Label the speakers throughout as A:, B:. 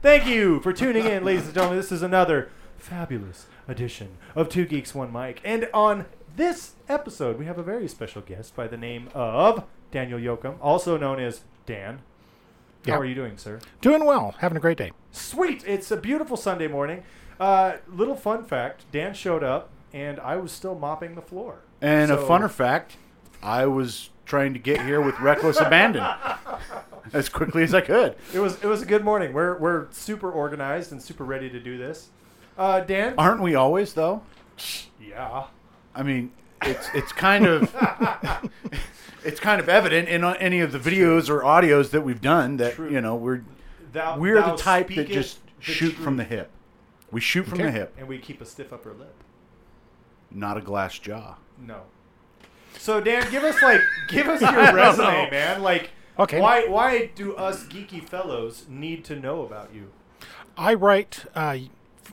A: Thank you for tuning in, ladies and gentlemen. This is another fabulous edition of Two Geeks One Mic. And on this episode, we have a very special guest by the name of Daniel Yoakum, also known as Dan.
B: Yeah.
A: How are you doing, sir?
B: Doing well. Having a great day.
A: Sweet. It's a beautiful Sunday morning. Uh, little fun fact Dan showed up, and I was still mopping the floor.
C: And a
A: So-
C: funner fact, I was trying to get here with reckless abandon as quickly as I could.
A: It was it was a good morning. We're we're super organized and super ready to do this. Uh, Dan,
C: Aren't we always though?
A: yeah,
C: I mean, it's it's kind of it's kind of evident in uh, any of the videos or audios that we've done that
A: True.
C: you know we're
A: thou,
C: we're
A: thou
C: the type that
A: speakest
C: just
A: the
C: shoot from the
A: truth.
C: hip. We shoot from
B: Okay.
C: the hip,
A: and we keep a stiff upper lip.
C: not a glass jaw.
A: No. So Dan, give us like give us your resume, man. Like,
B: Okay.
A: why why do us geeky fellows need to know about you?
B: I write. Uh,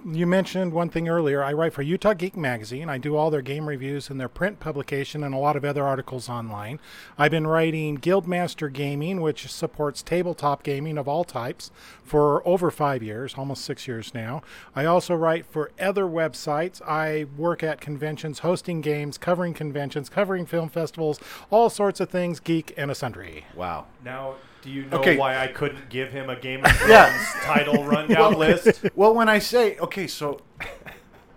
B: you mentioned one thing earlier. I write for Utah Geek Magazine. I do all their game reviews and their print publication and a lot of other articles online. I've been writing Guildmaster Gaming, which supports tabletop gaming of all types, for over five years, almost six years now. I also write for other websites. I work at conventions, hosting games, covering conventions, covering film festivals, all sorts of things, geek and sundry.
C: Wow.
A: Now, do you know
C: Okay.
A: why I couldn't give him a Game of Thrones
C: Yeah.
A: title rundown list?
C: Well, when I say okay, so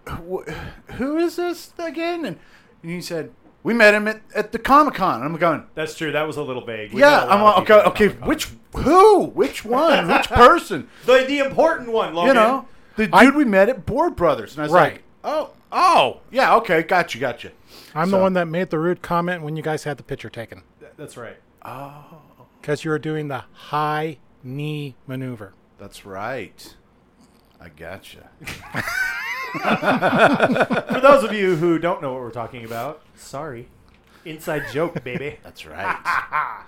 C: wh- who is this again? And, and he said we met him at, at the Comic Con. And I'm going.
A: That's true. That was a little vague. We
C: Yeah,
A: met a
C: I'm
A: lot
C: all,
A: of people
C: okay.
A: at
C: Okay,
A: Comic-Con.
C: which who, which one, which person?
A: the the important one, Logan.
C: You know, the dude
B: I-
C: we met at Board Brothers, and I was
B: Right.
C: like, oh, oh, yeah, okay, got you, got you.
B: I'm the
C: So-
B: one that made the rude comment when you guys had the picture taken.
A: Th- That's right.
C: Oh,
B: because you're doing the high knee maneuver.
C: that's right. I gotcha.
A: For those of you who don't know what we're talking about, sorry. Inside joke, baby.
C: That's right.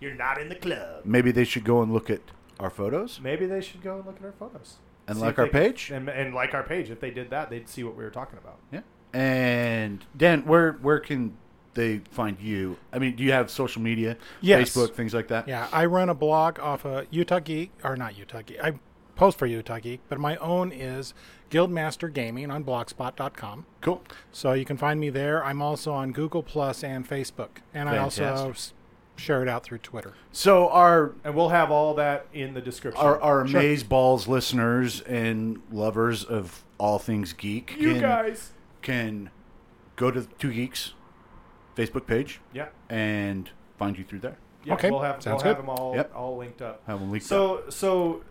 A: You're not in the club.
C: Maybe they should go and look at our photos.
A: Maybe they should go and look at our photos
C: And
A: See
C: like
A: if
C: our
A: they-
C: page?
A: And, and like our page. If they did that, they'd see what we were talking about.
C: Yeah. And Dan, where where can they find you? I mean, do you have social media?
B: Yes.
C: Facebook, things like that.
B: Yeah, I run a blog off of Utah Geek, or not Utah Geek. I post for Utah Geek, but my own is Guildmaster Gaming on blogspot.com.
C: Cool.
B: So you can find me there. I'm also on Google Plus and Facebook, and I also
C: Fantastic.
B: s- share it out through Twitter.
C: So our
A: And we'll have all that in the description.
C: our, our amaze balls listeners and lovers of all things geek
A: you
C: can,
A: guys.
C: can go to two geeks facebook page
A: Yeah.
C: and find you through there
A: yeah
B: Okay,
A: We'll have,
B: sounds
A: we'll have
B: good.
A: them all,
C: Yep.
A: all linked up.
C: have them linked up.
A: So so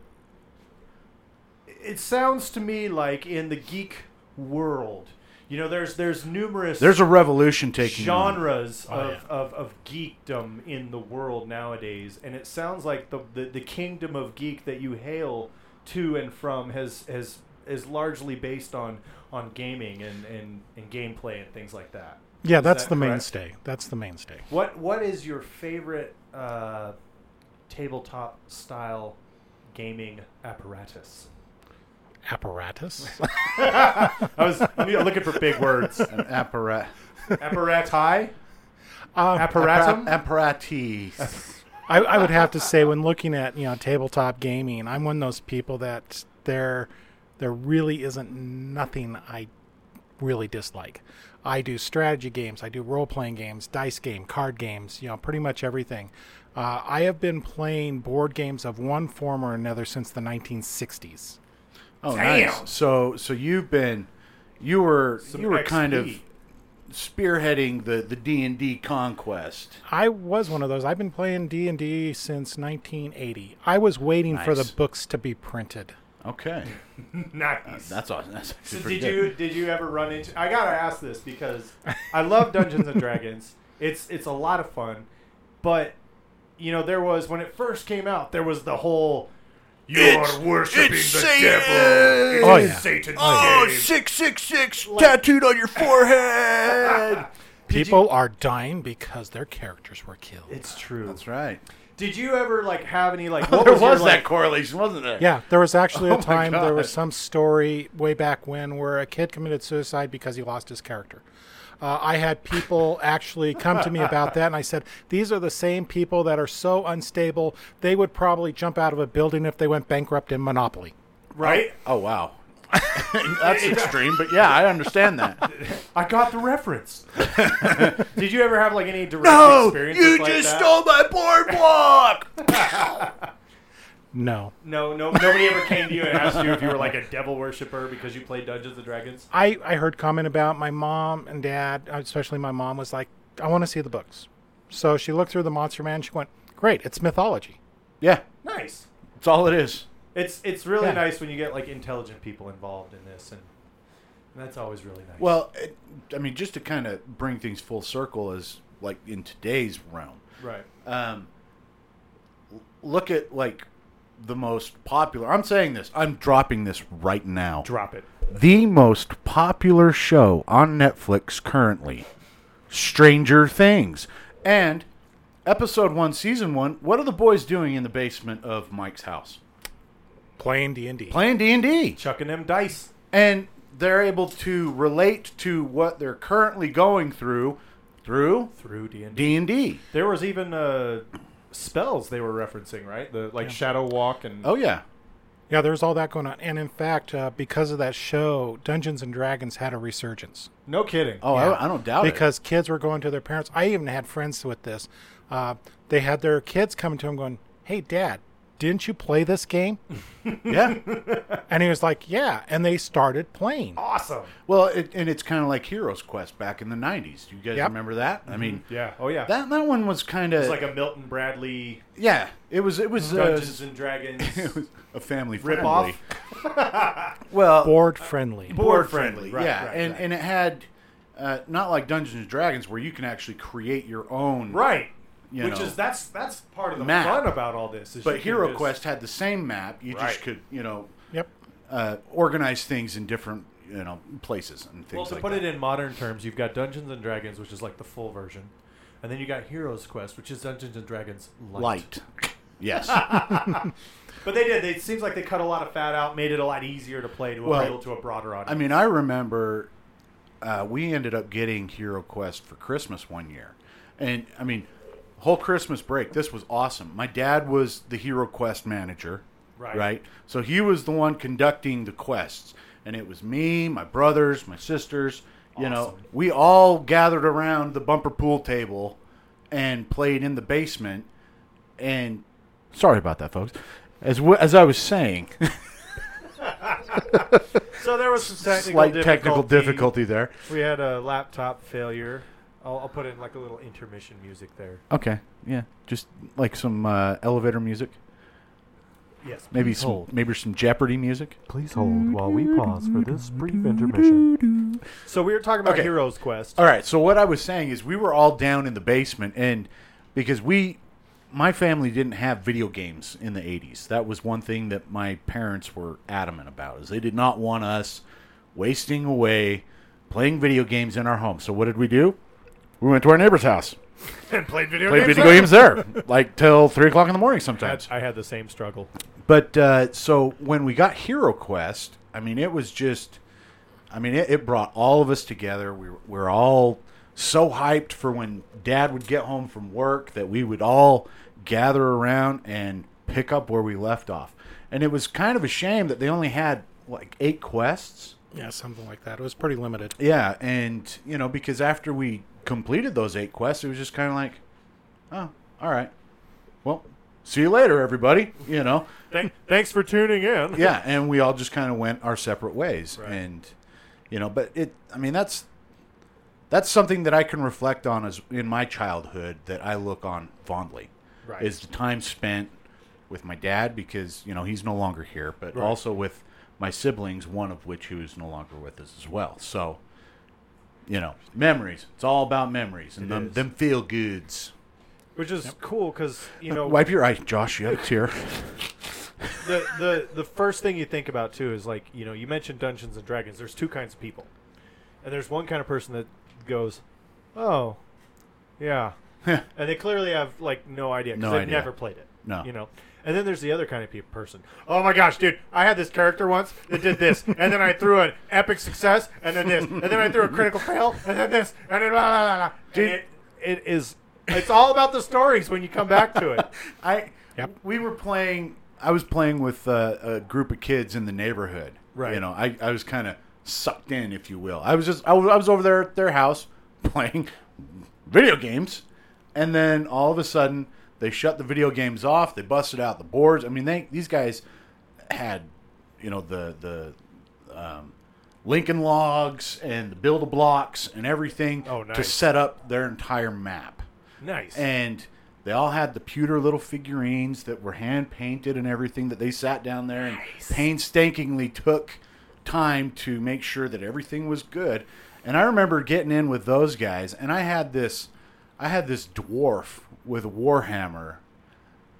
A: it sounds to me like in the geek world, you know, there's there's numerous
C: there's a revolution taking on.
A: genres
B: Oh,
A: of,
B: yeah.
A: of, of geekdom in the world nowadays and it sounds like the, the, the kingdom of geek that you hail to and from has has is largely based on on gaming and, and, and gameplay and things like that
B: Yeah,
A: Is
B: that's
A: that
B: the
A: correct?
B: mainstay. That's the mainstay.
A: what what is your favorite uh, tabletop style gaming apparatus
B: Apparatus.
A: I was I'm looking for big words
C: an apparat
A: apparati
B: Um,
A: apparatum
C: apparatus
B: I, I would have to say when looking at you know tabletop gaming, I'm one of those people that there there really isn't nothing I really dislike. I do strategy games, I do role playing games, dice game, card games, you know, pretty much everything. Uh, I have been playing board games of one form or another since the 1960s.
C: oh
A: Damn.
C: nice so so you've been you were
A: Some
C: you were kind of
A: XP.
C: spearheading the the d&d conquest
B: I was one of those. I've been playing D and D since 1980. I was waiting for the
C: Nice.
B: books to be printed.
C: okay
A: nice
C: that's awesome that's actually
A: So
C: pretty
A: did
C: good.
A: you did you ever run into? I gotta ask this because I love Dungeons and Dragons. It's it's a lot of fun, but you know there was when it first came out there was the whole you're worshiping the devil.
B: Oh, yeah.
A: Satan's
C: Oh,
A: game."
C: 666
A: Like- tattooed
C: on your forehead.
A: Did you-
B: People are dying because their characters were killed.
A: It's true.
C: That's right.
A: Did you ever like have any like what
C: there
A: was,
C: was,
A: your,
C: that
A: like,
C: correlation, wasn't there?
B: Yeah, there was actually
C: Oh
B: a
C: my
B: time there was
C: God.
B: some story way back when where a kid committed suicide because he lost his character. Uh, I had people actually come to me about that, and I said, These are the same people that are so unstable, they would probably jump out of a building if they went bankrupt in Monopoly.
A: right?
C: Oh wow, that's extreme. But yeah, I understand that.
A: I got the reference. Did you ever have like any direct
C: Oh,
A: experience? like that?
C: my boardwalk.
B: No.
A: No, no, nobody ever came to you and asked you if you were like a devil worshiper because you played Dungeons and Dragons.
B: I, I heard comment about my mom and dad, especially my mom, was like, I want to see the books. So she looked through the Monster Man. She went, Great, it's mythology.
C: yeah,
A: Nice.
C: that's all it is.
A: It's it's really
B: Yeah.
A: nice when you get like intelligent people involved in this, and, and that's always really nice.
C: Well, it, I mean, just to kind of bring things full circle is like in today's realm.
A: right.
C: Um, l- look at like the most popular. I'm saying this. I'm dropping this right now.
A: Drop it.
C: the most popular show on Netflix currently, Stranger Things, and episode one, season one. What are the boys doing in the basement of Mike's house?
B: Playing D&D.
C: Playing D and D,
A: Chucking them dice.
C: and they're able to relate to what they're currently going through through
A: Through D and D.
C: D and D.
A: There was even uh, spells they were referencing, right? The like shadow walk and
C: Oh yeah,
B: Yeah, there's all that going on. And in fact, uh, because of that show, Dungeons and Dragons had a resurgence.
A: no kidding.
C: oh
B: Yeah.
C: I, I don't doubt it.
B: because kids were going to their parents. I even had friends with this. Uh, they had their kids coming to him going, Hey, dad, didn't you play this game?
C: Yeah,
B: and he was like, Yeah. And they started playing.
A: awesome.
C: well, it, and it's kind of like Heroes Quest back in the '90s. You guys
B: Yep.
C: remember that? I mean,
A: Yeah. Oh yeah.
C: that that one was kind of
A: it's like a Milton Bradley
C: yeah. It was it was uh,
A: Dungeons and Dragons
C: It was a family
A: Rip
C: friendly.
A: off.
C: Well,
B: Board friendly.
A: board friendly. Right,
C: yeah,
A: right,
C: and
A: right.
C: and it had uh, not like Dungeons and Dragons where you can actually create your own.
A: right.
C: You
A: Which
C: know.
A: is that's that's part of the
C: Map.
A: fun about all this. Is you
C: But
A: can
C: Hero
A: just-
C: Quest had the same map. You
A: Right.
C: just could you know
B: Yep.
C: uh, organize things in different you know places and things
A: Well, to
C: like
A: put
C: that.
A: it in modern terms, you've got Dungeons and Dragons, which is like the full version, and then you got Heroes Quest, which is Dungeons and Dragons light.
C: light. Yes.
A: But they did. They, it seems like they cut a lot of fat out, made it a lot easier to play to
C: Well,
A: appeal to a broader audience.
C: I mean, I remember uh, we ended up getting Hero Quest for Christmas one year, and I mean, whole Christmas break. This was awesome. My dad was the Hero Quest manager,
A: Right.
C: Right. So he was the one conducting the quests, and it was me, my brothers, my sisters. You know,
A: Awesome.
C: we all gathered around the bumper pool table and played in the basement. And sorry about that, folks. As w- as I was saying,
A: so there was some technical
C: slight technical difficulty there.
A: We had a laptop failure. I'll, I'll put in like a little intermission music there.
C: Okay. Yeah. Just like some uh, elevator music.
A: Yes.
C: Maybe some maybe some Jeopardy music.
A: Please hold while we pause for this brief intermission. So we were talking about
C: Okay.
A: Heroes Quest.
C: All right. So what I was saying is we were all down in the basement and because we my family didn't have video games in the 80s. That was one thing that my parents were adamant about is they did not want us wasting away playing video games in our home. So what did we do? We went to our neighbor's house,
A: And played video
C: played video games there, like till three o'clock in the morning sometimes.
A: I had the same struggle.
C: But uh, so when we got Hero Quest, I mean, it was just, I mean, it, it brought all of us together. We were, we were all so hyped for when Dad would get home from work that we would all gather around and pick up where we left off. And it was kind of a shame that they only had like eight quests.
B: Yeah, something like that. It was pretty limited.
C: Yeah, and you know, because after we completed those eight quests, it was just kind of like, oh, all right, well, see you later, everybody. You know.
A: thanks for tuning in.
C: yeah, and we all just kind of went our separate ways,
A: Right.
C: and you know, but it. I mean, that's that's something that I can reflect on as in my childhood that I look on fondly
A: Right.
C: is the time spent with my dad because you know he's no longer here, but
A: Right.
C: also with my siblings, one of which who is no longer with us as well. So, you know, memories. It's all about memories and
A: It
C: them,
A: is.
C: them feel goods.
A: Which is cool because you know
C: Wipe your eye, Josh. You have a tear.
A: the, the the first thing you think about too is like you know you mentioned Dungeons and Dragons. There's two kinds of people, and there's one kind of person that goes, "Oh, yeah," and they clearly have like no idea because
C: No
A: they've
C: idea.
A: never played it.
C: No.
A: you know, And then there's the other kind of pe- person. Oh my gosh, dude! I had this character once that did this, and then I threw an epic success, and then this, and then I threw a critical fail, and then this, and then blah blah blah. blah. Dude, it, it is. It's all about the stories when you come back to it.
C: I
B: Yep.
C: we were playing. I was playing with uh, a group of kids in the neighborhood.
A: Right.
C: You know, I, I was kind of sucked in, if you will. I was just I was, I was over there at their house playing video games, and then all of a sudden they shut the video games off. They busted out the boards. I mean, they these guys had you know the the um, Lincoln logs and the build a blocks and everything
A: Oh,
C: to
A: nice.
C: set up their entire map
A: Nice.
C: and they all had the pewter little figurines that were hand painted and everything that they sat down there and painstakingly took time to make sure that everything was good and i remember getting in with those guys and i had this i had this dwarf with a warhammer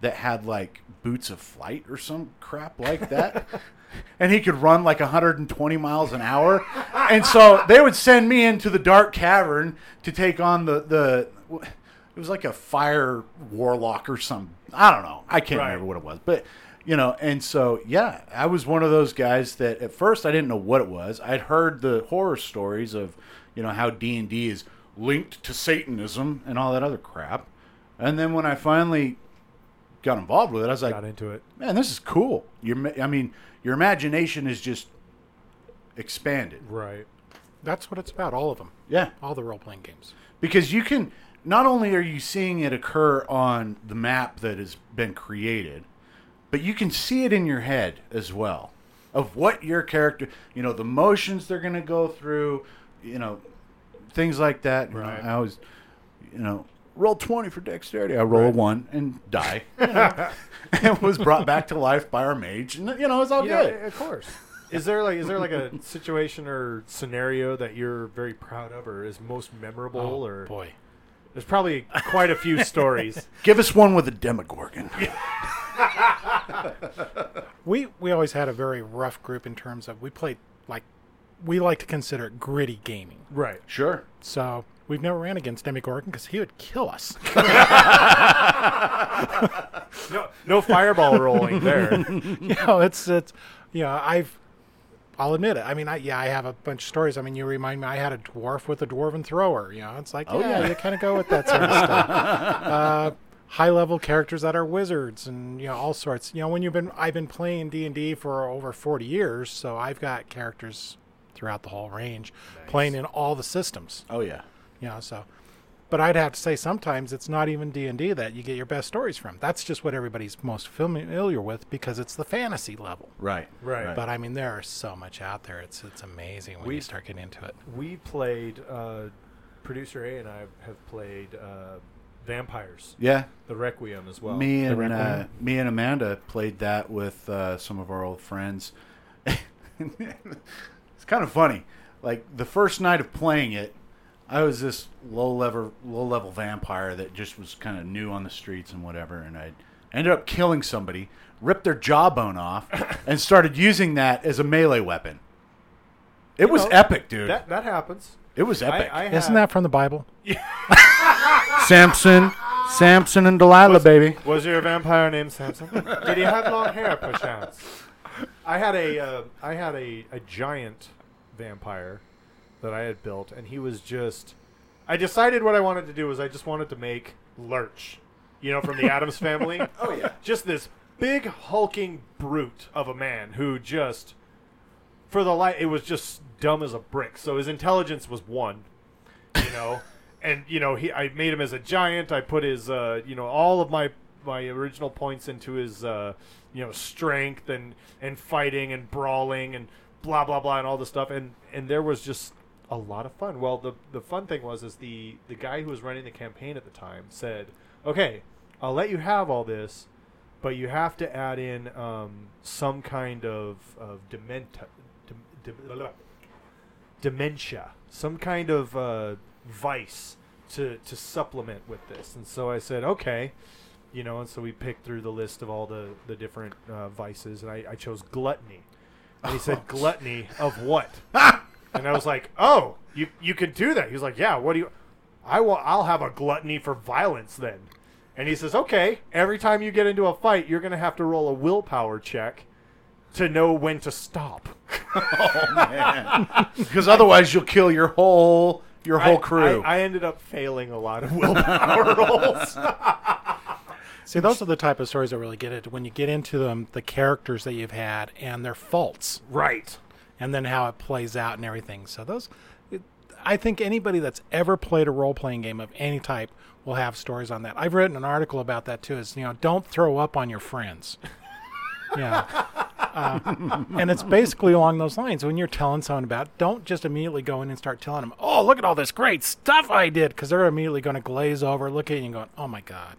C: that had like boots of flight or some crap like that. and he could run like 120 miles an hour. And so they would send me into the dark cavern to take on the the it was like a fire warlock or some I don't know. I can't
A: Right.
C: remember what it was. But you know, and so yeah, I was one of those guys that at first I didn't know what it was. I'd heard the horror stories of, you know, how D&D is linked to satanism and all that other crap. And then when I finally got involved with it, I was like,
A: got into it.
C: man, this is cool. Your, ma- I mean, your imagination is just expanded.
A: Right.
B: That's what it's about. All of them.
C: Yeah,
B: All the role playing games.
C: because you can not only are you seeing it occur on the map that has been created, but you can see it in your head as well of what your character, you know, the motions they're going to go through, you know, things like that. You know,
A: Right.
C: I always, you know, roll 20 for dexterity. I roll a one and die. You know? and was brought back to life by our mage. And, you know, it's all
A: You know,
C: Oh, good.
A: of course. Is there like is there like a situation or scenario that you're very proud of or is most memorable or
B: Oh, boy.
A: there's probably quite a few stories.
C: Give us one with a Demogorgon.
B: We we always had a very rough group in terms of we played like we like to consider it gritty gaming.
A: right.
C: Sure.
B: So we've never ran against Demogorgon because he would kill us.
A: No, no fireball rolling there.
B: you know, it's it's you know, I've I'll admit it. I mean, I yeah, I have a bunch of stories. I mean, you remind me, I had a dwarf with a dwarven thrower. You know, it's like yeah,
C: yeah.
B: you kind of go with that sort of stuff. Uh, high level characters that are wizards and you know all sorts. You know, when you've been I've been playing D and D for over forty years, so I've got characters throughout the whole range, playing in all the systems.
C: Oh, yeah.
B: You know, so. But I'd have to say sometimes it's not even D and D that you get your best stories from. That's just what everybody's most familiar with because it's the fantasy level.
C: Right.
A: Right.
B: But I mean, there is so much out there. It's it's amazing when
A: We-
B: you start getting into it.
A: We played uh, producer A and I have played uh, Vampires,
C: yeah.
A: The Requiem as well.
C: me
B: the
C: and
B: Requiem.
C: uh, me and Amanda played that with uh, some of our old friends. it's kind of funny. Like the first night of playing it, I was this low level low level vampire that just was kind of new on the streets and whatever, and I ended up killing somebody, ripped their jawbone off, and started using that as a melee weapon. It was
A: know,
C: epic, dude.
A: That that happens.
C: it was epic.
A: I, I
B: Isn't
A: have-
B: that from the Bible?
C: Samson, Samson and Delilah, baby.
A: Was there a vampire named Samson? Did he have long hair, perchance? I had a, uh, I had a, a giant vampire that I had built, and he was just. I decided what I wanted to do was I just wanted to make Lurch, you know, from the Adams family. Oh yeah, just this big hulking brute of a man who just, for the light, it was just dumb as a brick. So his intelligence was one, you know. And you know, he I made him as a giant. I put his uh, you know all of my my original points into his uh, you know strength and and fighting and brawling and blah blah blah and all this stuff. And and there was just a lot of fun. Well, the the fun thing was is the the guy who was running the campaign at the time said, "Okay, I'll let you have all this." But you have to add in um, some kind of, of dementa, dem, dem, blah, blah, dementia, some kind of uh, vice to to supplement with this. And so I said, okay, you know. And so we picked through the list of all the the different uh, vices, and I, I chose gluttony. And he said, gluttony of what? and I was like, oh, you you can do that. He was like, yeah. What do you? I will. I'll have a gluttony for violence then. And he says, okay, every time you get into a fight, you're going to have to roll a willpower check to know when to stop.
C: Because otherwise, you'll kill your whole your whole
A: I-
C: crew.
A: I, I ended up failing a lot of willpower rolls.
B: See, those are the type of stories that really get it when you get into them, the characters that you've had and their faults,
A: right.
B: and then how it plays out and everything. So those, it, I think anybody that's ever played a role playing game of any type will have stories on that. I've written an article about that too. Is you know, don't throw up on your friends. yeah. Uh, and it's basically along those lines. When you're telling someone about, don't just immediately go in and start telling them, "Oh, look at all this great stuff I did," because they're immediately going to glaze over, look at you, and going, "Oh my god."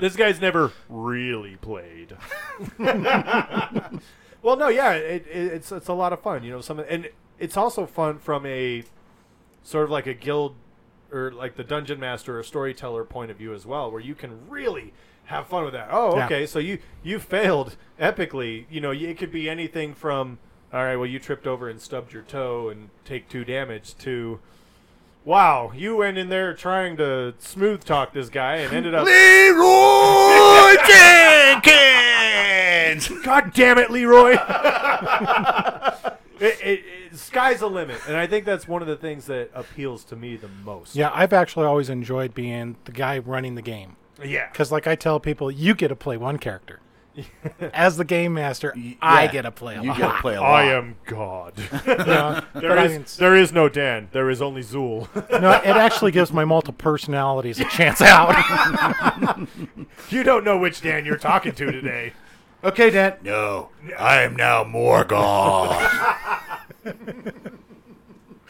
A: This guy's never really played. well, no, yeah, it, it, it's it's a lot of fun, you know. Some and it's also fun from a sort of like a guild or like the dungeon master or storyteller point of view as well, where you can really have fun with that. Oh,
B: Yeah.
A: okay, so you you failed epically. You know, it could be anything from all right, well, you tripped over and stubbed your toe and take two damage to. Wow, you went in there trying to smooth talk this guy and ended up
C: Leroy Jenkins.
A: God damn it, Leroy! it, it, it, sky's the limit, and I think that's one of the things that appeals to me the most.
B: Yeah, I've actually always enjoyed being the guy running the game.
A: yeah.
B: Because, like I tell people, you get to play one character. As the game master, I
C: yeah.
B: get to play a
C: You
B: lot.
C: got to play a lot.
A: I am God.
B: Yeah, but
A: there
B: I
A: is
B: mean, s-
A: there is no Dan. There is only Zool.
B: no, it actually gives my multiple personalities a chance out.
A: you don't know which Dan you're talking to today.
C: Okay, Dad. No, I am now Morgoth.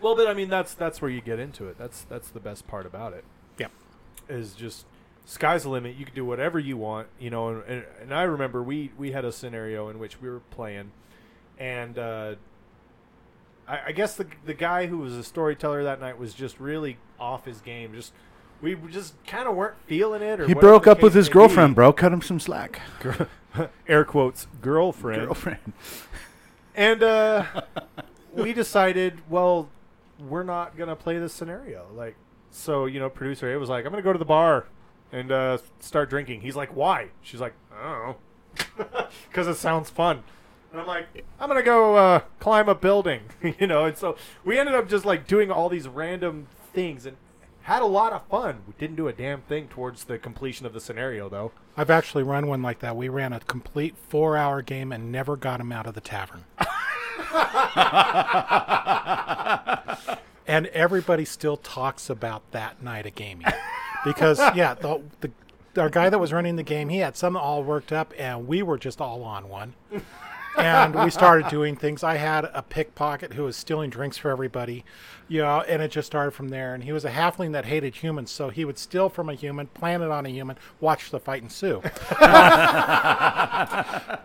A: Well, but I mean that's that's where you get into it. That's that's the best part about it.
B: yep.
A: is just sky's the limit. You can do whatever you want, you know. And, and, and I remember we we had a scenario in which we were playing, and uh, I, I guess the the guy who was a storyteller that night was just really off his game. Just we just kind of weren't feeling it. Or
C: he
A: whatever
C: broke
A: the
C: up with
A: case
C: his
A: may
C: girlfriend,
A: be.
C: bro. Cut him some slack.
A: Air quotes girlfriend.
C: Girlfriend.
A: And uh, we decided, well, we're not gonna play this scenario. Like, so you know, producer A was like, I'm gonna go to the bar and uh, start drinking. He's like, why? She's like, I don't know, because it sounds fun. And I'm like, I'm gonna go uh, climb a building, you know. And so we ended up just like doing all these random things and had a lot of fun. We didn't do a damn thing towards the completion of the scenario, though.
B: I've actually run one like that. We ran a complete four hour game and never got him out of the tavern. and everybody still talks about that night of gaming. Because, yeah, the, the, our guy that was running the game, he had some all worked up, and we were just all on one. and we started doing things. I had a pickpocket who was stealing drinks for everybody, you know, and it just started from there. And he was a halfling that hated humans, so he would steal from a human, plant it on a human, watch the fight ensue.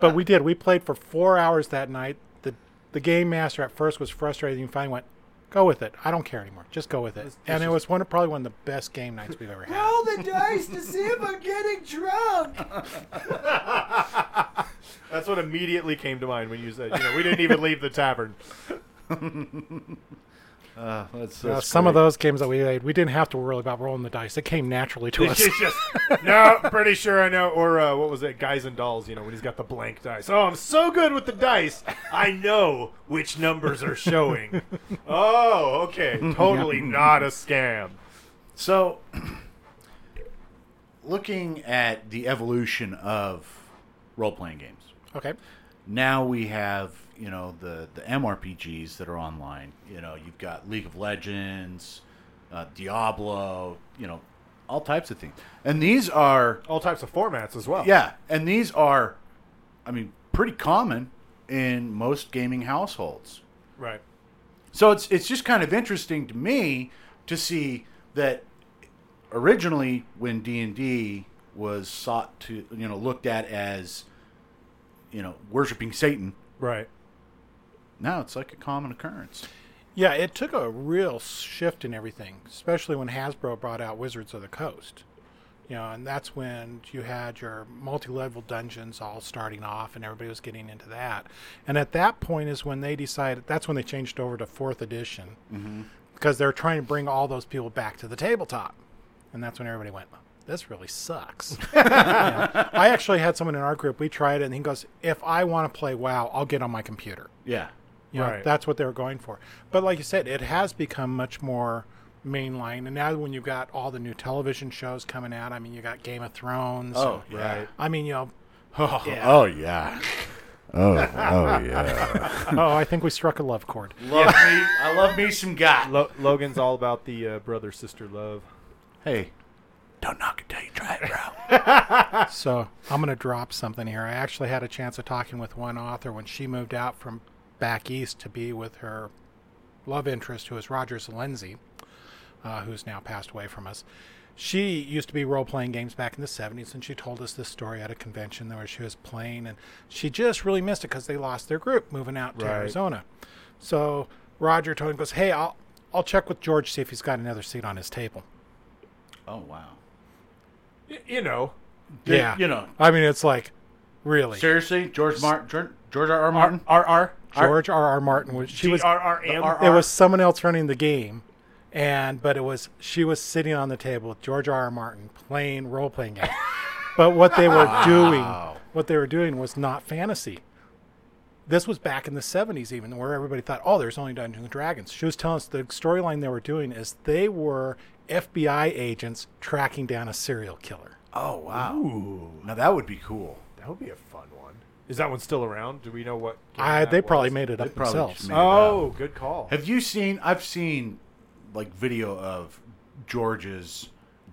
B: but we did. We played for four hours that night. The the game master at first was frustrated and finally went, Go with it. I don't care anymore. Just go with it. and it was one of probably one of the best game nights we've ever had.
A: the dice to see if I'm getting drunk. That's what immediately came to mind when you said, you know, we didn't even leave the tavern.
C: Uh, that's,
B: Uh,
C: that's
B: some of
C: great.
B: those games that we played, we didn't have to worry about rolling the dice. It came naturally to us.
A: It's just, no, pretty sure I know. Or uh, what was it, Guys and Dolls? You know, when he's got the blank dice. Oh, I'm so good with the dice. I know which numbers are showing. oh, okay, totally not a scam.
C: So, looking at the evolution of role playing games,
B: Okay.
C: now we have you know the the MRPGs that are online. You know, you've got League of Legends, uh, Diablo. You know, all types of things, and these are
A: All types of formats as well.
C: yeah, and these are, I mean, pretty common in most gaming households.
A: right.
C: So it's it's just kind of interesting to me to see that originally when D and D was sought to you know looked at as you know worshiping Satan,
A: Right.
C: now it's like a common occurrence.
B: Yeah, it took a real shift in everything, especially when Hasbro brought out Wizards of the Coast. You know, and that's when you had your multi-level dungeons all starting off, and everybody was getting into that. And at that point is when they decided. That's when they changed over to fourth edition, because because they're trying to bring all those people back to the tabletop. And that's when everybody went, this really sucks. You know? I actually had someone in our group, we tried it, and he goes, if I want to play WoW, I'll get on my computer.
C: Yeah.
B: You know,
A: Right.
B: That's what they were going for. But like you said, it has become much more mainline. And now when you've got all the new television shows coming out, I mean, you got Game of Thrones.
C: Oh,
B: and-
C: yeah.
A: Right.
B: I mean, you know, oh,
C: Oh yeah. Oh, oh yeah.
B: oh, I think we struck a love chord.
C: love me. I love me some guy.
A: Lo- Logan's all about the uh, brother sister love.
C: Hey, don't knock it till you try it, bro.
B: So I'm going to drop something here. I actually had a chance of talking with one author when she moved out from back east to be with her love interest, who is Roger Zelensky, uh, who's now passed away from us. She used to be role playing games back in the 70s, and she told us this story at a convention where she was playing, and she just really missed it because they lost their group moving out to
A: Right.
B: Arizona. So Roger told him, goes, Hey, I'll, I'll check with George, see if he's got another seat on his table.
C: oh wow.
A: Y- you know,
B: Yeah.
C: You know,
B: I mean, it's like, really?
C: seriously, George Martin, George, George R. R. Martin.
A: R R
B: George R. R. Martin was she was it was someone else running the game, and but it was she was sitting on the table with George R. R. Martin playing role playing game. but what they were doing, what they were doing was not fantasy. This was back in the '70s, even where everybody thought, "Oh, there's only Dungeons and Dragons." She was telling us the storyline they were doing is they were FBI agents tracking down a serial killer.
C: Oh wow. Now that would be cool.
A: That would be a fun one. Is that one still around? Do we know what? game
B: I,
A: that
B: they probably
A: was?
B: made it
C: They
B: up
C: probably
B: themselves.
C: just made-
A: Oh, good call.
C: Have you seen? I've seen like video of George's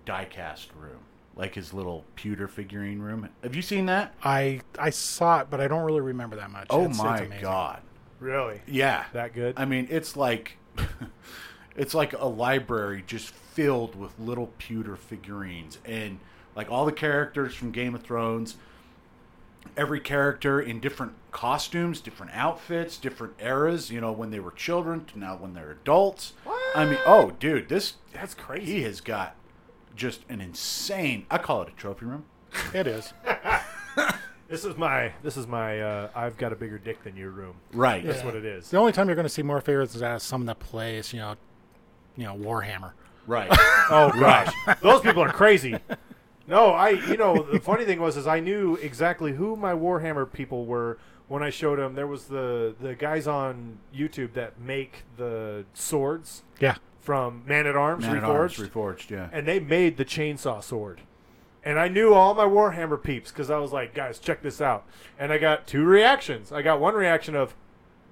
C: diecast room, like his little pewter figurine room. Have you seen that?
B: I I saw it, but I don't really remember that much.
C: Oh
B: It's- it's
C: my
B: amazing.
C: god.
A: Really?
C: Yeah.
A: That good?
C: I mean, it's like it's like a library just filled with little pewter figurines and like all the characters from Game of Thrones. Every character in different costumes, different outfits, different eras. You know, when they were children to now when they're adults. I mean, oh, dude, this
A: That's
C: he
A: crazy.
C: has got just an insane. I call it a trophy room.
B: It is.
A: This is my this is my uh, I've got a bigger dick than your room.
C: Right.
A: That's what it is.
B: The only time you're going to see more favorites is out of someone that plays, you know, you know, Warhammer.
C: Right.
A: Oh
C: Right.
A: gosh, those people are crazy. No, I you know the funny thing was is I knew exactly who my Warhammer people were when I showed them. There was the the guys on YouTube that make the swords
B: Yeah.
A: from Man at Arms
C: Man
A: Reforged,
C: at Arms, reforged. Yeah.
A: and they made the chainsaw sword. And I knew all my Warhammer peeps because I was like, guys, check this out. And I got two reactions. I got one reaction of,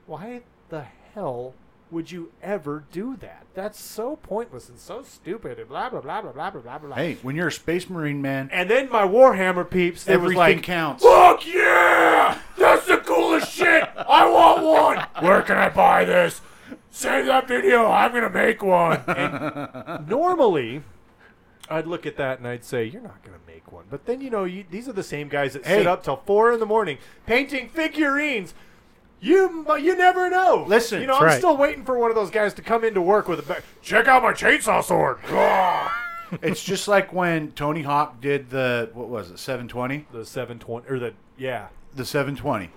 A: why the hell would you ever do that? That's so pointless and so stupid and blah blah blah blah blah blah blah blah.
C: Hey, when you're a space marine man,
A: And then my Warhammer peeps, they was
C: everything
A: like,
C: counts.
A: Fuck yeah! That's the coolest shit! I want one! Where can I buy this? Save that video, I'm gonna make one! And normally, I'd look at that and I'd say, You're not gonna make one. But then, you know, you, these are the same guys that
C: Hey.
A: sit up till 4 in the morning painting figurines. You m- you never know.
C: Listen,
A: you know
C: that's
A: I'm
B: right.
A: still waiting for one of those guys to come into work with a ba- check out my chainsaw sword.
C: It's just like when Tony Hawk did the what was it, seven twenty?
A: the 720 or the yeah.
C: The seven twenty.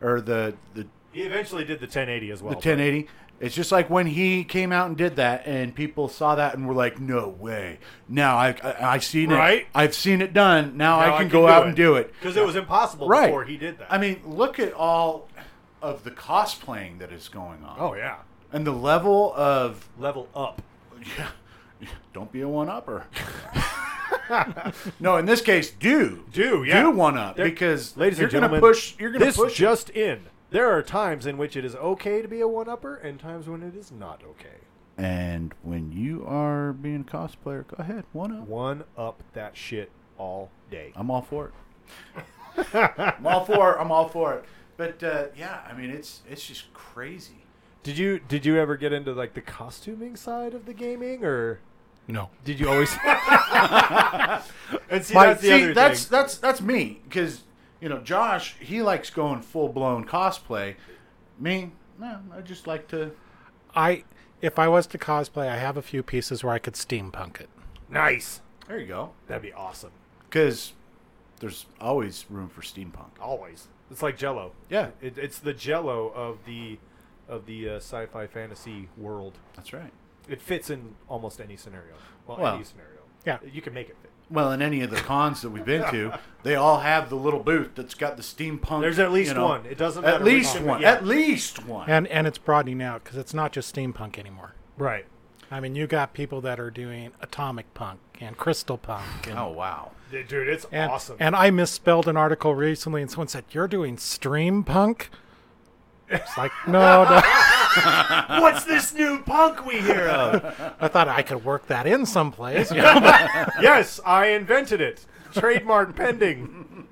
C: Or the the
A: He eventually did the 1080 as well.
C: the ten eighty. It's just like when he came out and did that and people saw that and were like, No way. Now I I have seen
A: Right?
C: it I've seen it done. Now, I
A: Now
C: can, go out and do it.
A: because it was impossible
C: Right.
A: before he did that.
C: I mean, look at all of the cosplaying that is going on.
A: oh yeah,
C: And the level of
A: level up.
C: yeah, don't be a one upper. no, in this case, do
A: Do, yeah.
C: do one up
A: There-
C: because
A: Ladies
C: you're
A: and gentlemen,
C: gonna push. You're gonna
A: this
C: push. it.
A: just in. There are times in which it is okay to be a one upper, and times when it is not okay.
C: And when you are being a cosplayer, go ahead, one up.
A: One up that shit all day.
C: I'm all for it. I'm all for it. I'm all for it. But uh, yeah, I mean, it's it's just crazy.
A: Did you did you ever get into like the costuming side of the gaming, or
B: No.
A: did you always? and see,
C: My-
A: that's the
C: see,
A: other
C: that's,
A: thing.
C: that's that's me because you know Josh he likes going full blown cosplay. Me, no, I just like to
B: I if I was to cosplay, I have a few pieces where I could steampunk it.
A: Nice.
C: There you go.
A: That'd be awesome.
C: Because there's always room for steampunk.
A: Always. It's like Jello.
C: Yeah.
A: It, it's the Jello of the of the uh, sci-fi fantasy world.
C: That's right.
A: It fits in almost any scenario. Well,
C: Well,
A: any scenario.
B: yeah.
A: You can make it fit.
C: Well, in any of the cons that we've been to, they all have the little booth that's got the steampunk.
A: There's at least
C: you know,
A: one. It doesn't matter
C: At
A: which
C: least
A: one,
C: one.
A: yeah.
C: At least one.
B: And and it's broadening out because it's not just steampunk anymore.
A: Right.
B: I mean, you got people that are doing atomic punk and crystal punk. And,
C: oh wow.
A: Dude, it's
B: and,
A: awesome.
B: And I misspelled an article recently, and someone said, "You're doing stream punk." It's like, no, no.
A: What's this new punk we hear of?
B: I thought I could work that in someplace.
A: yes, I invented it. Trademark pending.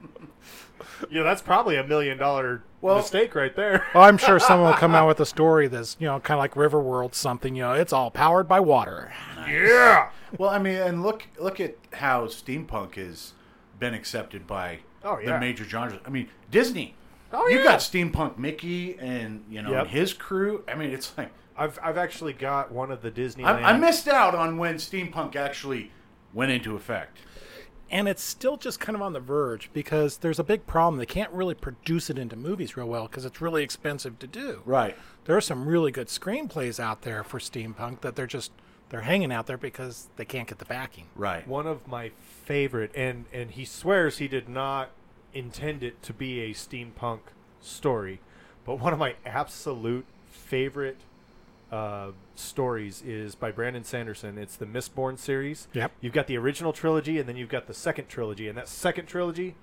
A: Yeah, that's probably a million dollar mistake right there.
B: Oh, I'm sure someone will come out with a story that's you know kind of like Riverworld something. You know, it's all powered by water.
A: Yeah.
C: Well, I mean, and look look at how steampunk has been accepted by
A: Oh, yeah.
C: the major genres. I mean, Disney.
A: Oh,
C: you
A: yeah.
C: got steampunk Mickey and you know
A: Yep.
C: his crew. I mean, it's like
A: I've I've actually got one of the Disneyland.
C: I, I missed out on when steampunk actually went into effect.
B: and it's still just kind of on the verge because there's a big problem. They can't really produce it into movies real well because it's really expensive to do.
C: Right.
B: There are some really good screenplays out there for steampunk that they're just they're hanging out there because they can't get the backing.
C: Right.
A: one of my favorite and and he swears he did not intend it to be a steampunk story but one of my absolute favorite uh, stories is by Brandon Sanderson. It's the Mistborn series.
B: Yep.
A: You've got the original trilogy, and then you've got the second trilogy. And that second trilogy,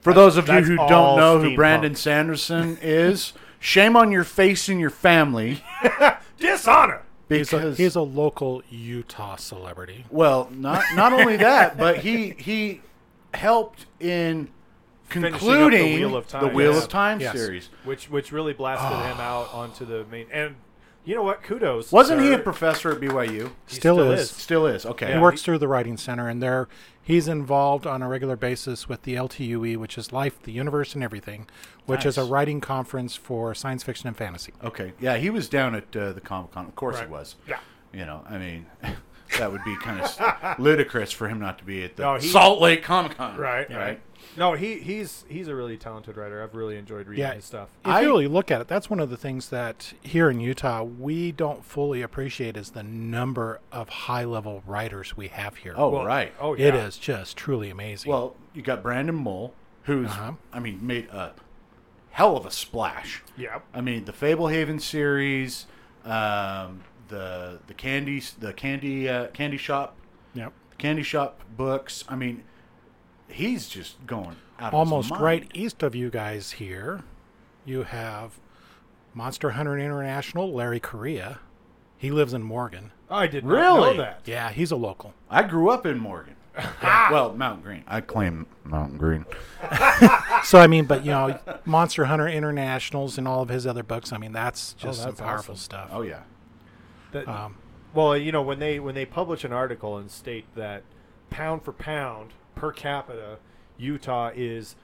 C: For those of you
A: that's
C: who
A: all
C: don't know who
A: steampunk.
C: Brandon Sanderson is, shame on your face and your family
A: dishonor.
B: He's a,
C: because
B: he's a local Utah celebrity.
C: well, not not only that, but he he helped in
A: Finishing up the
C: concluding
A: Wheel of Time.
C: the Wheel
A: Yes.
C: of Time
B: Yes.
C: series.
A: Which which really blasted him out onto the main. And you know what? Kudos.
C: Wasn't he
A: sir.
C: a professor at BYU?
B: Still is.
C: Still is. Okay.
B: He works through the writing center, and there he's involved on a regular basis with the LTUE, E, which is Life, the Universe, and Everything, which is a
C: Nice.
B: writing conference for science fiction and fantasy.
C: Okay. Yeah, he was down at uh, the Comic Con. Of course
A: Right.
C: he was.
A: Yeah.
C: You know, I mean, that would be kind of ludicrous for him not to be at the
A: No, he-
C: Salt Lake Comic Con.
A: Right,
C: Right.
A: right. No, he he's he's a really talented writer. I've really enjoyed reading
B: Yeah.
A: his stuff.
B: If
C: I-
B: you really look at it, that's one of the things that here in Utah we don't fully appreciate is the number of high level writers we have here.
C: Oh, right.
A: Oh, yeah.
B: it is just truly amazing.
C: Well, you got Brandon Mole, who's
B: Uh-huh.
C: I mean made a hell of a splash.
A: Yep.
C: I mean the Fablehaven series, um, the the candy the candy uh, candy shop
B: yep.
C: candy shop books. I mean, he's just going out of his
B: almost
C: mind.
B: right east of you guys here, you have Monster Hunter International, Larry Correa. He lives in Morgan.
A: I did not
C: Really?
A: know that.
B: Yeah, he's a local.
C: I grew up in Morgan. well, Mountain Green. I claim Mountain Green.
B: So I mean, but you know, Monster Hunter Internationals and all of his other books. I mean, Oh, that's just
A: that's
B: some powerful
A: awesome.
B: stuff.
C: Oh yeah.
A: That-
B: Um,
A: well, you know when they when they publish an article and state that pound for pound per capita, Utah is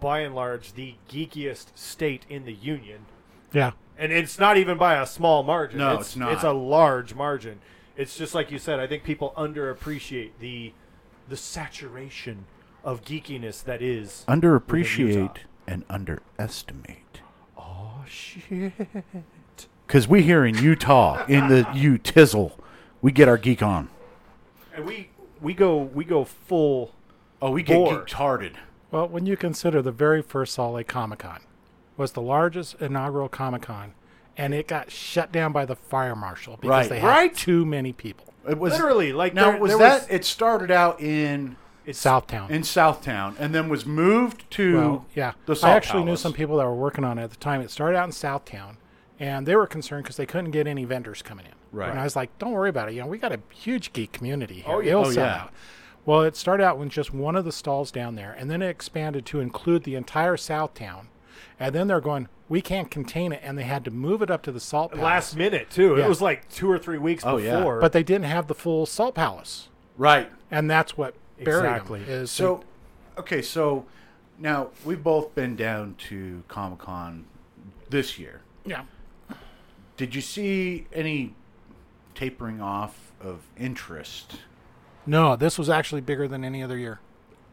A: by and large the geekiest state in the union,
B: yeah.
A: and it's not even by a small margin.
C: No, it's not.
A: It's a large margin. It's just like you said. I think people underappreciate the the saturation of geekiness that is.
C: Underappreciate
A: Utah.
C: and underestimate.
A: Oh shit!
C: Because we here in Utah, in the U Tizzle, we get our geek on.
A: And we we go we go full
C: Oh, we get
A: Bore.
C: geek geeked
B: Well, when you consider the very first Salt Lake Comic Con was the largest inaugural Comic Con, and it got shut down by the fire marshal because
C: Right.
B: they had
A: Right.
B: too many people.
C: It was
A: literally like
C: now
A: there,
C: was
A: there
C: that? it started out in
A: it's
B: Southtown.
C: in Southtown, and then was moved to
B: Well, yeah.
C: the
B: I
C: Salt
B: actually knew
C: Palace.
B: some people that were working on it at the time. It started out in Southtown, and they were concerned because they couldn't get any vendors coming in.
C: Right.
B: And I was like, don't worry about it. You know, we got a huge geek community here.
C: Oh, yeah.
B: It'll
C: Oh,
B: sell
C: yeah.
B: out. Well, it started out with just one of the stalls down there, and then it expanded to include the entire Southtown. And then they're going, we can't contain it, and they had to move it up to the Salt Palace.
A: last minute too.
B: Yeah.
A: It was like two or three weeks
C: Oh, yeah.
A: before.
B: but they didn't have the full Salt Palace,
C: Right.
B: and that's what buried 'em,
A: Exactly.
B: is they-
C: So, okay, so now we've both been down to Comic Con this year.
B: yeah.
C: Did you see any tapering off of interest?
B: No, this was actually bigger than any other year.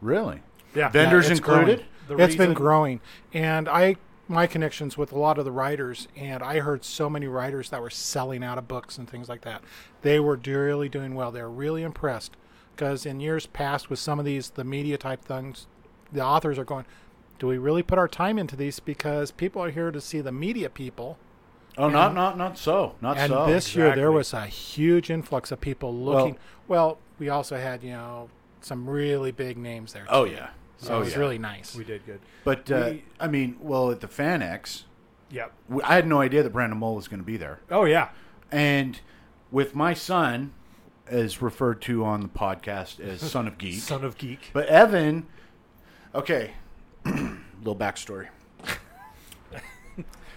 C: Really?
A: yeah,
C: Vendors
B: it's
C: included?
B: growing.
A: The
B: It's been
A: reason-
B: growing, and I my connections with a lot of the writers, and I heard so many writers that were selling out of books and things like that. They were do- really doing well. They were really impressed because in years past, with some of these the media type things, the authors are going, "Do we really put our time into these?" Because people are here to see the media people.
C: Oh, not not not so, not
B: And
C: so.
B: this year, there
A: exactly.
B: was a huge influx of people looking. Well, we also had you know some really big names there.
C: oh
B: too.
C: yeah,
B: so
C: oh,
B: it was
C: yeah.
B: really nice.
A: We did good.
C: But uh,
A: we-
C: I mean, well, at the FanX,
A: Yep.
C: we- I had no idea that Brandon Mole was going to be there.
A: Oh yeah.
C: And with my son, as referred to on the podcast as Son of Geek,
A: Son of geek.
C: But Evan, okay, little backstory.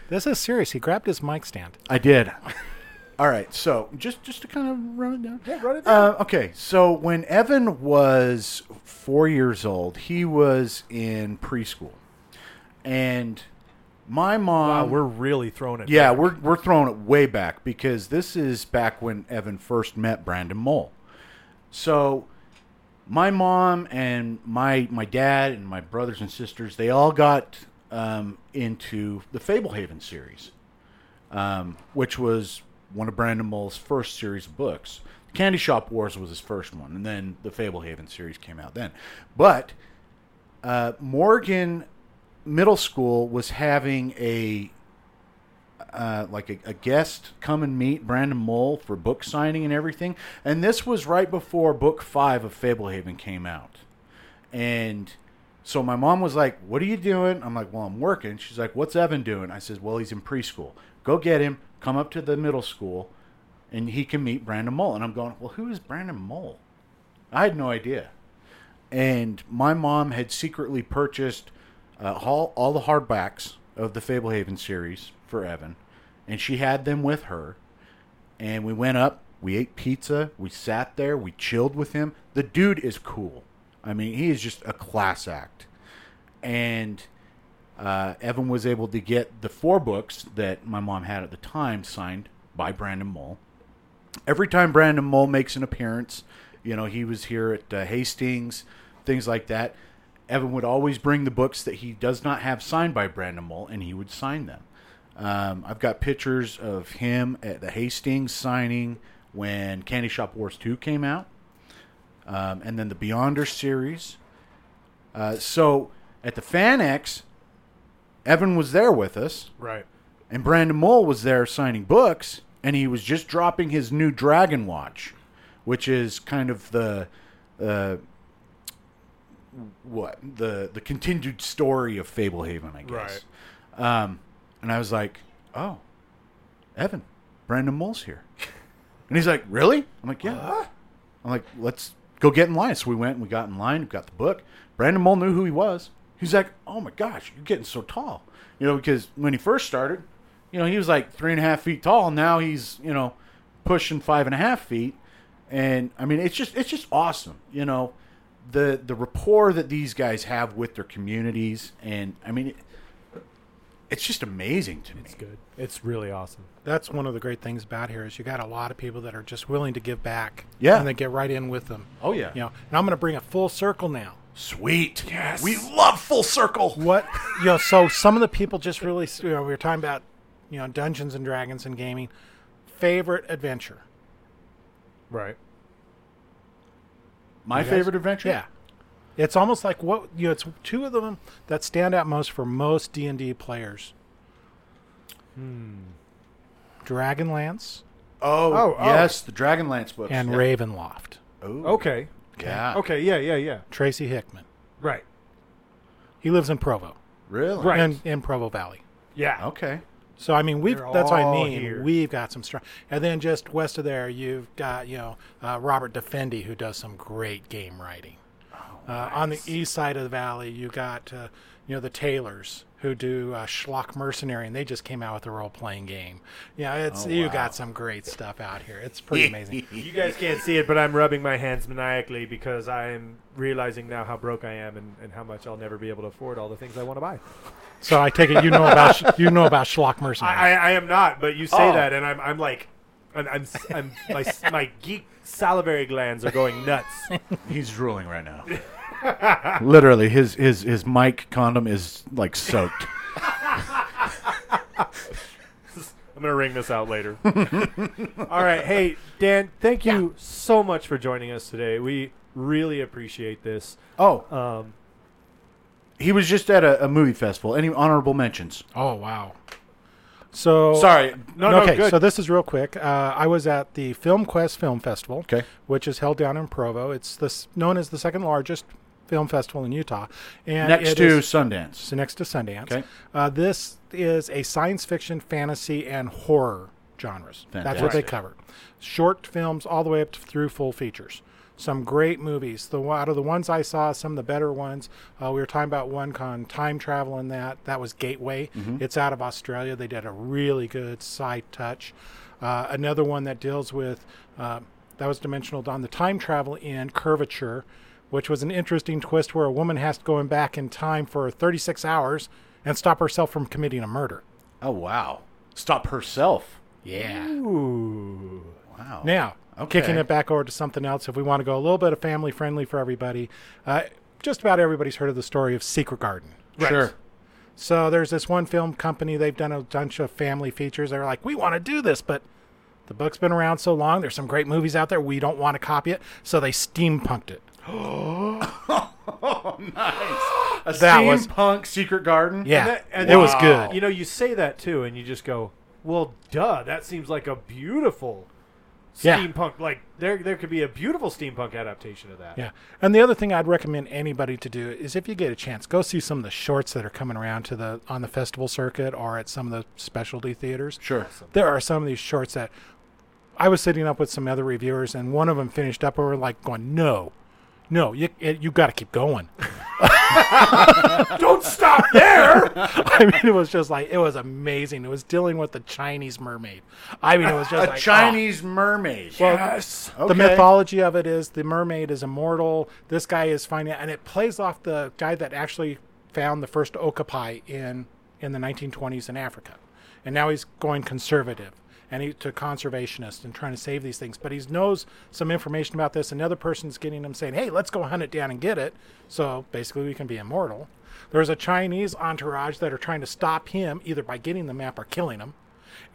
B: This is serious. He grabbed his mic stand.
C: I did. All right, so just just to kind of run it down.
A: Yeah, run it
C: Uh, okay, so when Evan was four years old, he was in preschool, and my
A: Wow,
C: mom.
A: we're really throwing it.
C: yeah,
A: back.
C: we're we're throwing it way back because this is back when Evan first met Brandon Mole. So my mom and my my dad and my brothers and sisters they all got um, into the Fablehaven series, um, which was one of Brandon Mole's first series of books. Candy Shop Wars was his first one, and then the Fablehaven series came out then. But uh, Morgan Middle School was having a uh, like a, a guest come and meet Brandon Mole for book signing and everything. And this was right before book five of Fablehaven came out. And so my mom was like, What are you doing? I'm like, Well, I'm working. She's like, What's Evan doing? I says, Well, he's in preschool. Go get him, come up to the middle school, and he can meet Brandon Mole. And I'm going, Well, who is Brandon Mole? I had no idea. And my mom had secretly purchased uh, all, all the hardbacks of the Fablehaven series for Evan, and she had them with her. And we went up, we ate pizza, we sat there, we chilled with him. The dude is cool. I mean, he is just a class act. And uh, Evan was able to get the four books that my mom had at the time signed by Brandon Mole every time Brandon Mole makes an appearance, you know, he was here at uh, Hastings, things like that. Evan would always bring the books that he does not have signed by Brandon Mole, and he would sign them. Um, I've got pictures of him at the Hastings signing when Candy Shop Wars 2 came out, um, and then the Beyonder series. Uh, so at the FanX, Evan was there with us
A: right.
C: and Brandon Mole was there signing books, and he was just dropping his new Dragon Watch, which is kind of the uh, what the the continued story of Fablehaven, I guess. Um, and I was like, oh, Evan, Brandon Mole's here, and he's like, really? I'm like, yeah. I'm like, let's go get in line. So we went and we got in line, we got the book. Brandon Mole knew who he was. He's like, oh my gosh, you're getting so tall. You know, because when he first started, you know, he was like three and a half feet tall. Now he's, you know, pushing five and a half feet. And I mean, it's just, it's just awesome. You know, the, the rapport that these guys have with their communities. And I mean, it, it's just amazing to me.
A: It's good. It's really awesome.
B: That's one of the great things about here is you got a lot of people that are just willing to give back.
C: Yeah.
B: And they get right in with them.
C: Oh, yeah.
B: You know, and I'm going to bring a full circle now.
C: Sweet. Yes. We love full circle.
B: What, you know, so some of the people just really, you know, we were talking about, you know, Dungeons and Dragons and gaming. Favorite adventure?
A: Right.
C: My
B: guys?
C: favorite adventure?
B: Yeah. It's almost like what, you know, it's two of them that stand out most for most D&D players. Hmm. Dragonlance
C: Oh,
A: Oh, oh.
C: yes, the Dragonlance books.
B: and
C: yeah.
B: Ravenloft.
C: Ooh,
A: Okay.
C: Yeah.
A: Okay. Yeah. Yeah. Yeah.
B: Tracy Hickman.
A: Right.
B: He lives in Provo.
C: Really?
A: Right.
B: in, in Provo Valley.
A: Yeah.
C: Okay.
B: So I mean, we've
A: They're
B: that's what I
A: all
B: mean.
A: here.
B: We've got some strong, and then just west of there, you've got you know uh, Robert Defendi who does some great game writing.
A: Oh,
B: uh, On the east side of the valley, you got uh, you know the Taylors who do uh, Schlock Mercenary, and they just came out with a role playing game. Yeah, it's
C: Oh,
B: you
C: wow.
B: got some great stuff out here. It's pretty amazing.
A: You guys can't see it, but I'm rubbing my hands maniacally because I'm realizing now how broke I am and, and how much I'll never be able to afford all the things I want to buy.
B: So I take it you know about sh- you know about Schlock Mercenary.
A: I, I, I am not, but you say
C: Oh.
A: that, and I'm, I'm like, I'm, I'm, s- I'm my, s- my geek salivary glands are going nuts.
C: He's drooling right now. Literally, his his his mic condom is like soaked.
A: gonna ring this out later. All right, hey Dan, thank you so much for joining us today. We really appreciate this.
C: Oh,
A: Um,
C: he was just at a, a movie festival. Any honorable mentions?
B: Oh wow. So
C: Sorry.
A: no, no,
B: okay,
A: good.
B: so this is real quick. Uh, I was at the Film Quest Film Festival,
C: Okay.
B: which is held down in Provo. It's this known as the second largest film festival in Utah, and
C: Next
B: it
C: to
B: is-
C: Sundance.
B: so next to Sundance.
C: Okay.
B: Uh, this is a science fiction, fantasy, and horror genres. That's what they
C: Fantastic.
B: cover. Short films all the way up to, through full features. Some great movies. The one- out of the ones I saw, some of the better ones. Uh, we were talking about one con time travel and that. That was Gateway. It's out of Australia. They did a really good sci touch. Uh, another one that deals with uh, that was Dimensional Dawn. The time travel in curvature which was an interesting twist where a woman has to go in back in time for 36 hours and stop herself from committing a murder.
C: Oh wow! Stop herself.
B: Yeah.
A: ooh,
C: Wow.
B: Now,
C: Okay.
B: kicking it back over to something else, if we want to go a little bit of family friendly for everybody, uh, just about everybody's heard of the story of Secret Garden.
C: Sure.
B: So there's this one film company, they've done a bunch of family features. They're like, we want to do this, but the book's been around so long. There's some great movies out there. We don't want to copy it. So they steampunked it.
C: Oh, nice. A
B: That was-
C: steampunk secret garden.
B: Yeah.
A: that- and
B: it was
C: wow.
B: good.
A: you know, you say that too, and you just go, "Well, duh, that seems like a beautiful
B: Yeah.
A: steampunk. Like there, there could be a beautiful steampunk adaptation of that."
B: Yeah. And the other thing I'd recommend anybody to do is if you get a chance, go see some of the shorts that are coming around to the on the festival circuit or at some of the specialty theaters.
C: Sure.
B: There are some of these shorts that I was sitting up with some other reviewers and one of them finished up and we're like going, "No. No, you it, you got to keep going."
A: Don't stop there.
B: I mean, it was just like it was amazing. It was dealing with the Chinese mermaid. I mean, it was just
C: A
B: like,
C: Chinese mermaid.
B: oh. The
C: Okay.
B: mythology of it is the mermaid is immortal. This guy is finding, and it plays off the guy that actually found the first okapi in in the 1920s in Africa, and now he's going conservative and he to conservationist and trying to save these things. But he knows some information about this. Another person's getting him saying, "Hey, let's go hunt it down and get it." So basically, we can be immortal. There's a Chinese entourage that are trying to stop him either by getting the map or killing him.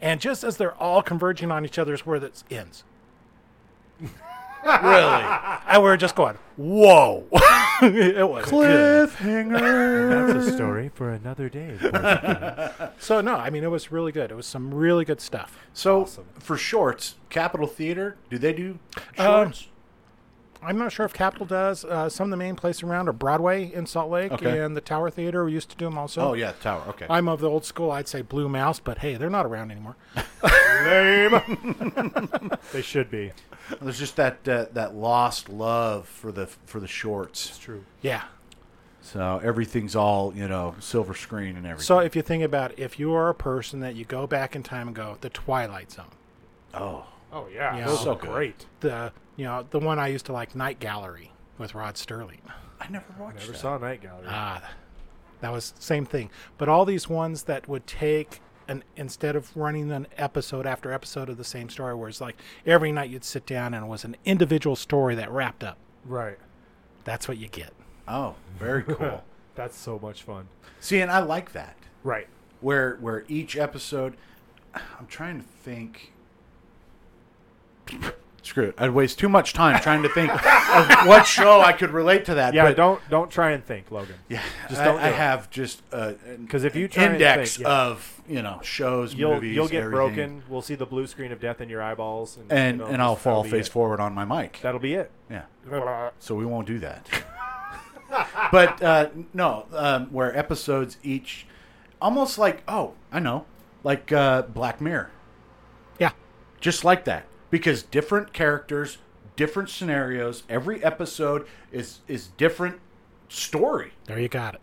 B: And just as they're all converging on each other is where this ends.
C: really?
B: And we were just going, whoa. it was good.
C: Cliffhanger.
A: That's a story for another day.
B: So, no, I mean, it was really good. It was some really good stuff.
C: so
A: Awesome.
C: for shorts, Capitol Theater, do they do
B: Um,
C: shorts?
B: I'm not sure if Capitol does. Uh, some of the main places around are Broadway in Salt Lake
C: Okay.
B: and the Tower Theater. We used to do them also.
C: oh yeah, Tower. Okay.
B: I'm of the old school. I'd say Blue Mouse, but hey, they're not around anymore.
A: Lame. they should be.
C: There's just that uh, that lost love for the for the shorts.
A: It's true.
B: Yeah.
C: So everything's all you know, silver screen and everything.
B: So, if you think about it, if you are a person that you go back in time and go, the Twilight Zone,
C: oh,
A: Oh yeah,
B: Yeah.
A: those
B: So
A: are
C: good.
A: great.
B: the, you know, the one I used to like, Night Gallery with Rod Sterling.
C: I never watched
A: Never
C: that.
A: saw Night Gallery.
B: Ah, th- that was same thing. But all these ones that would take an instead of running an episode after episode of the same story, where it's like every night you'd sit down and it was an individual story that wrapped up.
A: Right.
B: That's what you get.
C: Oh, very cool.
A: That's so much fun.
C: See, and I like that
A: Right.
C: where where each episode. I'm trying to think. Screw it. I'd waste too much time trying to think of what show I could relate to that.
A: Yeah.
C: but
A: don't don't try and think, Logan.
C: Yeah,
A: Just
C: I,
A: don't do
C: I
A: it.
C: have just uh, an-
A: 'Cause if you
C: an
A: try and
C: index
A: think, yeah.
C: of you know shows,
A: You'll
C: movies,
A: you'll get
C: everything,
A: broken. We'll see the blue screen of death in your eyeballs, and
C: and
A: it'll
C: and
A: just-
C: I'll fall
A: that'll be
C: face
A: it.
C: forward on my mic.
A: That'll be it.
C: yeah,
A: Blah.
C: so we won't do that. but uh, no, um, where episodes each, almost like oh, I know, like uh, Black Mirror,
B: Yeah,
C: just like that, because different characters, different scenarios. Every episode is is different story.
B: there you got it.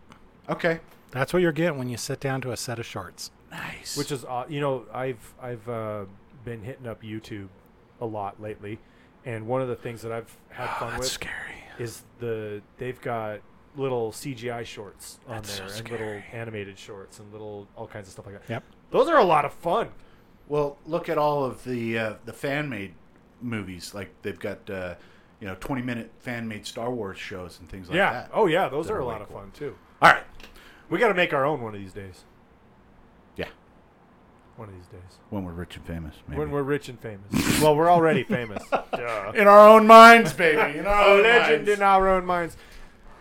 C: Okay,
B: That's what you're getting when you sit down to a set of shorts.
C: nice.
A: Which is aw- you know I've I've uh, been hitting up YouTube a lot lately, and one of the things that I've had fun with
C: Ah, scary.
A: is the they've got little CGI shorts on
B: That's so
A: there and little
B: scary.
A: animated shorts and little all kinds of stuff like that.
B: Yep.
A: Those are a lot of fun.
C: Well, look at all of the uh, the fan made movies. Like they've got uh, you know twenty minute fan made Star Wars shows and things like
A: yeah.
C: that.
A: Oh yeah, those are a
C: really
A: lot of
C: cool.
A: fun too.
C: all right.
A: We got to make our own one of these days.
C: Yeah.
A: one of these days
C: When we're rich and famous, maybe.
A: when we're rich and famous. well, we're already famous. Duh.
C: in our own minds, baby. In our
A: A
C: own
A: legend
C: minds.
A: in our own minds.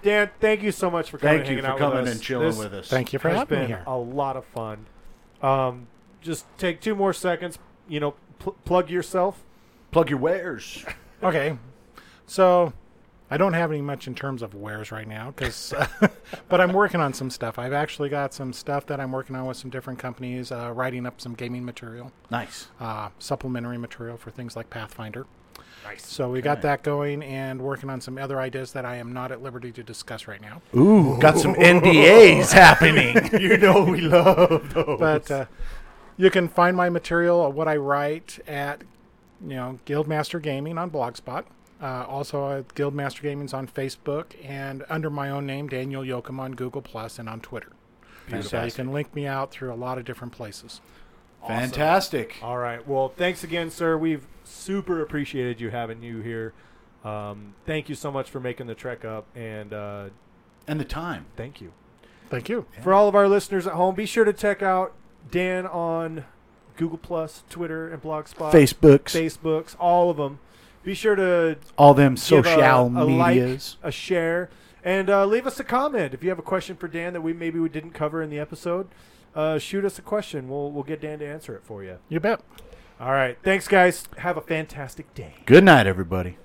A: Dan, thank you so much for coming.
C: Thank you
A: and
C: for
A: hanging out
C: coming
A: with us.
C: and chilling
A: This
C: with us.
B: Thank you for
A: has
B: having me
A: been
B: here.
A: a lot of fun. Um, just take two more seconds. You know, pl- plug yourself.
C: Plug your wares.
B: Okay, so I don't have any much in terms of wares right now, because but I'm working on some stuff. I've actually got some stuff that I'm working on with some different companies, uh, writing up some gaming material,
C: Nice.
B: uh, supplementary material for things like Pathfinder.
A: Nice.
B: So we got
C: Okay.
B: that going and working on some other ideas that I am not at liberty to discuss right now.
C: Ooh, got some NDAs happening.
A: you know we love those.
B: But uh, you can find my material, uh, what I write, at you know Guildmaster Gaming on Blogspot. Uh, also, uh, Guildmaster Gaming's on Facebook and under my own name, Daniel Yoakum on Google Plus and on Twitter. So you
C: Fantastic.
B: can link me out through a lot of different places.
A: Awesome.
C: Fantastic.
A: All right. Well, thanks again, sir. We've super appreciated you having you here. Um, thank you so much for making the trek up, and uh,
C: And the time.
A: thank you.
B: Thank you.
A: For all of our listeners at home, be sure to check out Dan on Google Plus, Twitter, and Blogspot,
C: Facebooks.
A: Facebooks, all of them. Be sure to
C: all them
A: give
C: social
A: a, a like,
C: medias.
A: a share, and uh, leave us a comment if you have a question for Dan that we maybe we didn't cover in the episode. Uh, shoot us a question. We'll we'll get Dan to answer it for you.
B: You bet.
A: All right. Thanks, guys. Have a fantastic day.
C: Good night, everybody.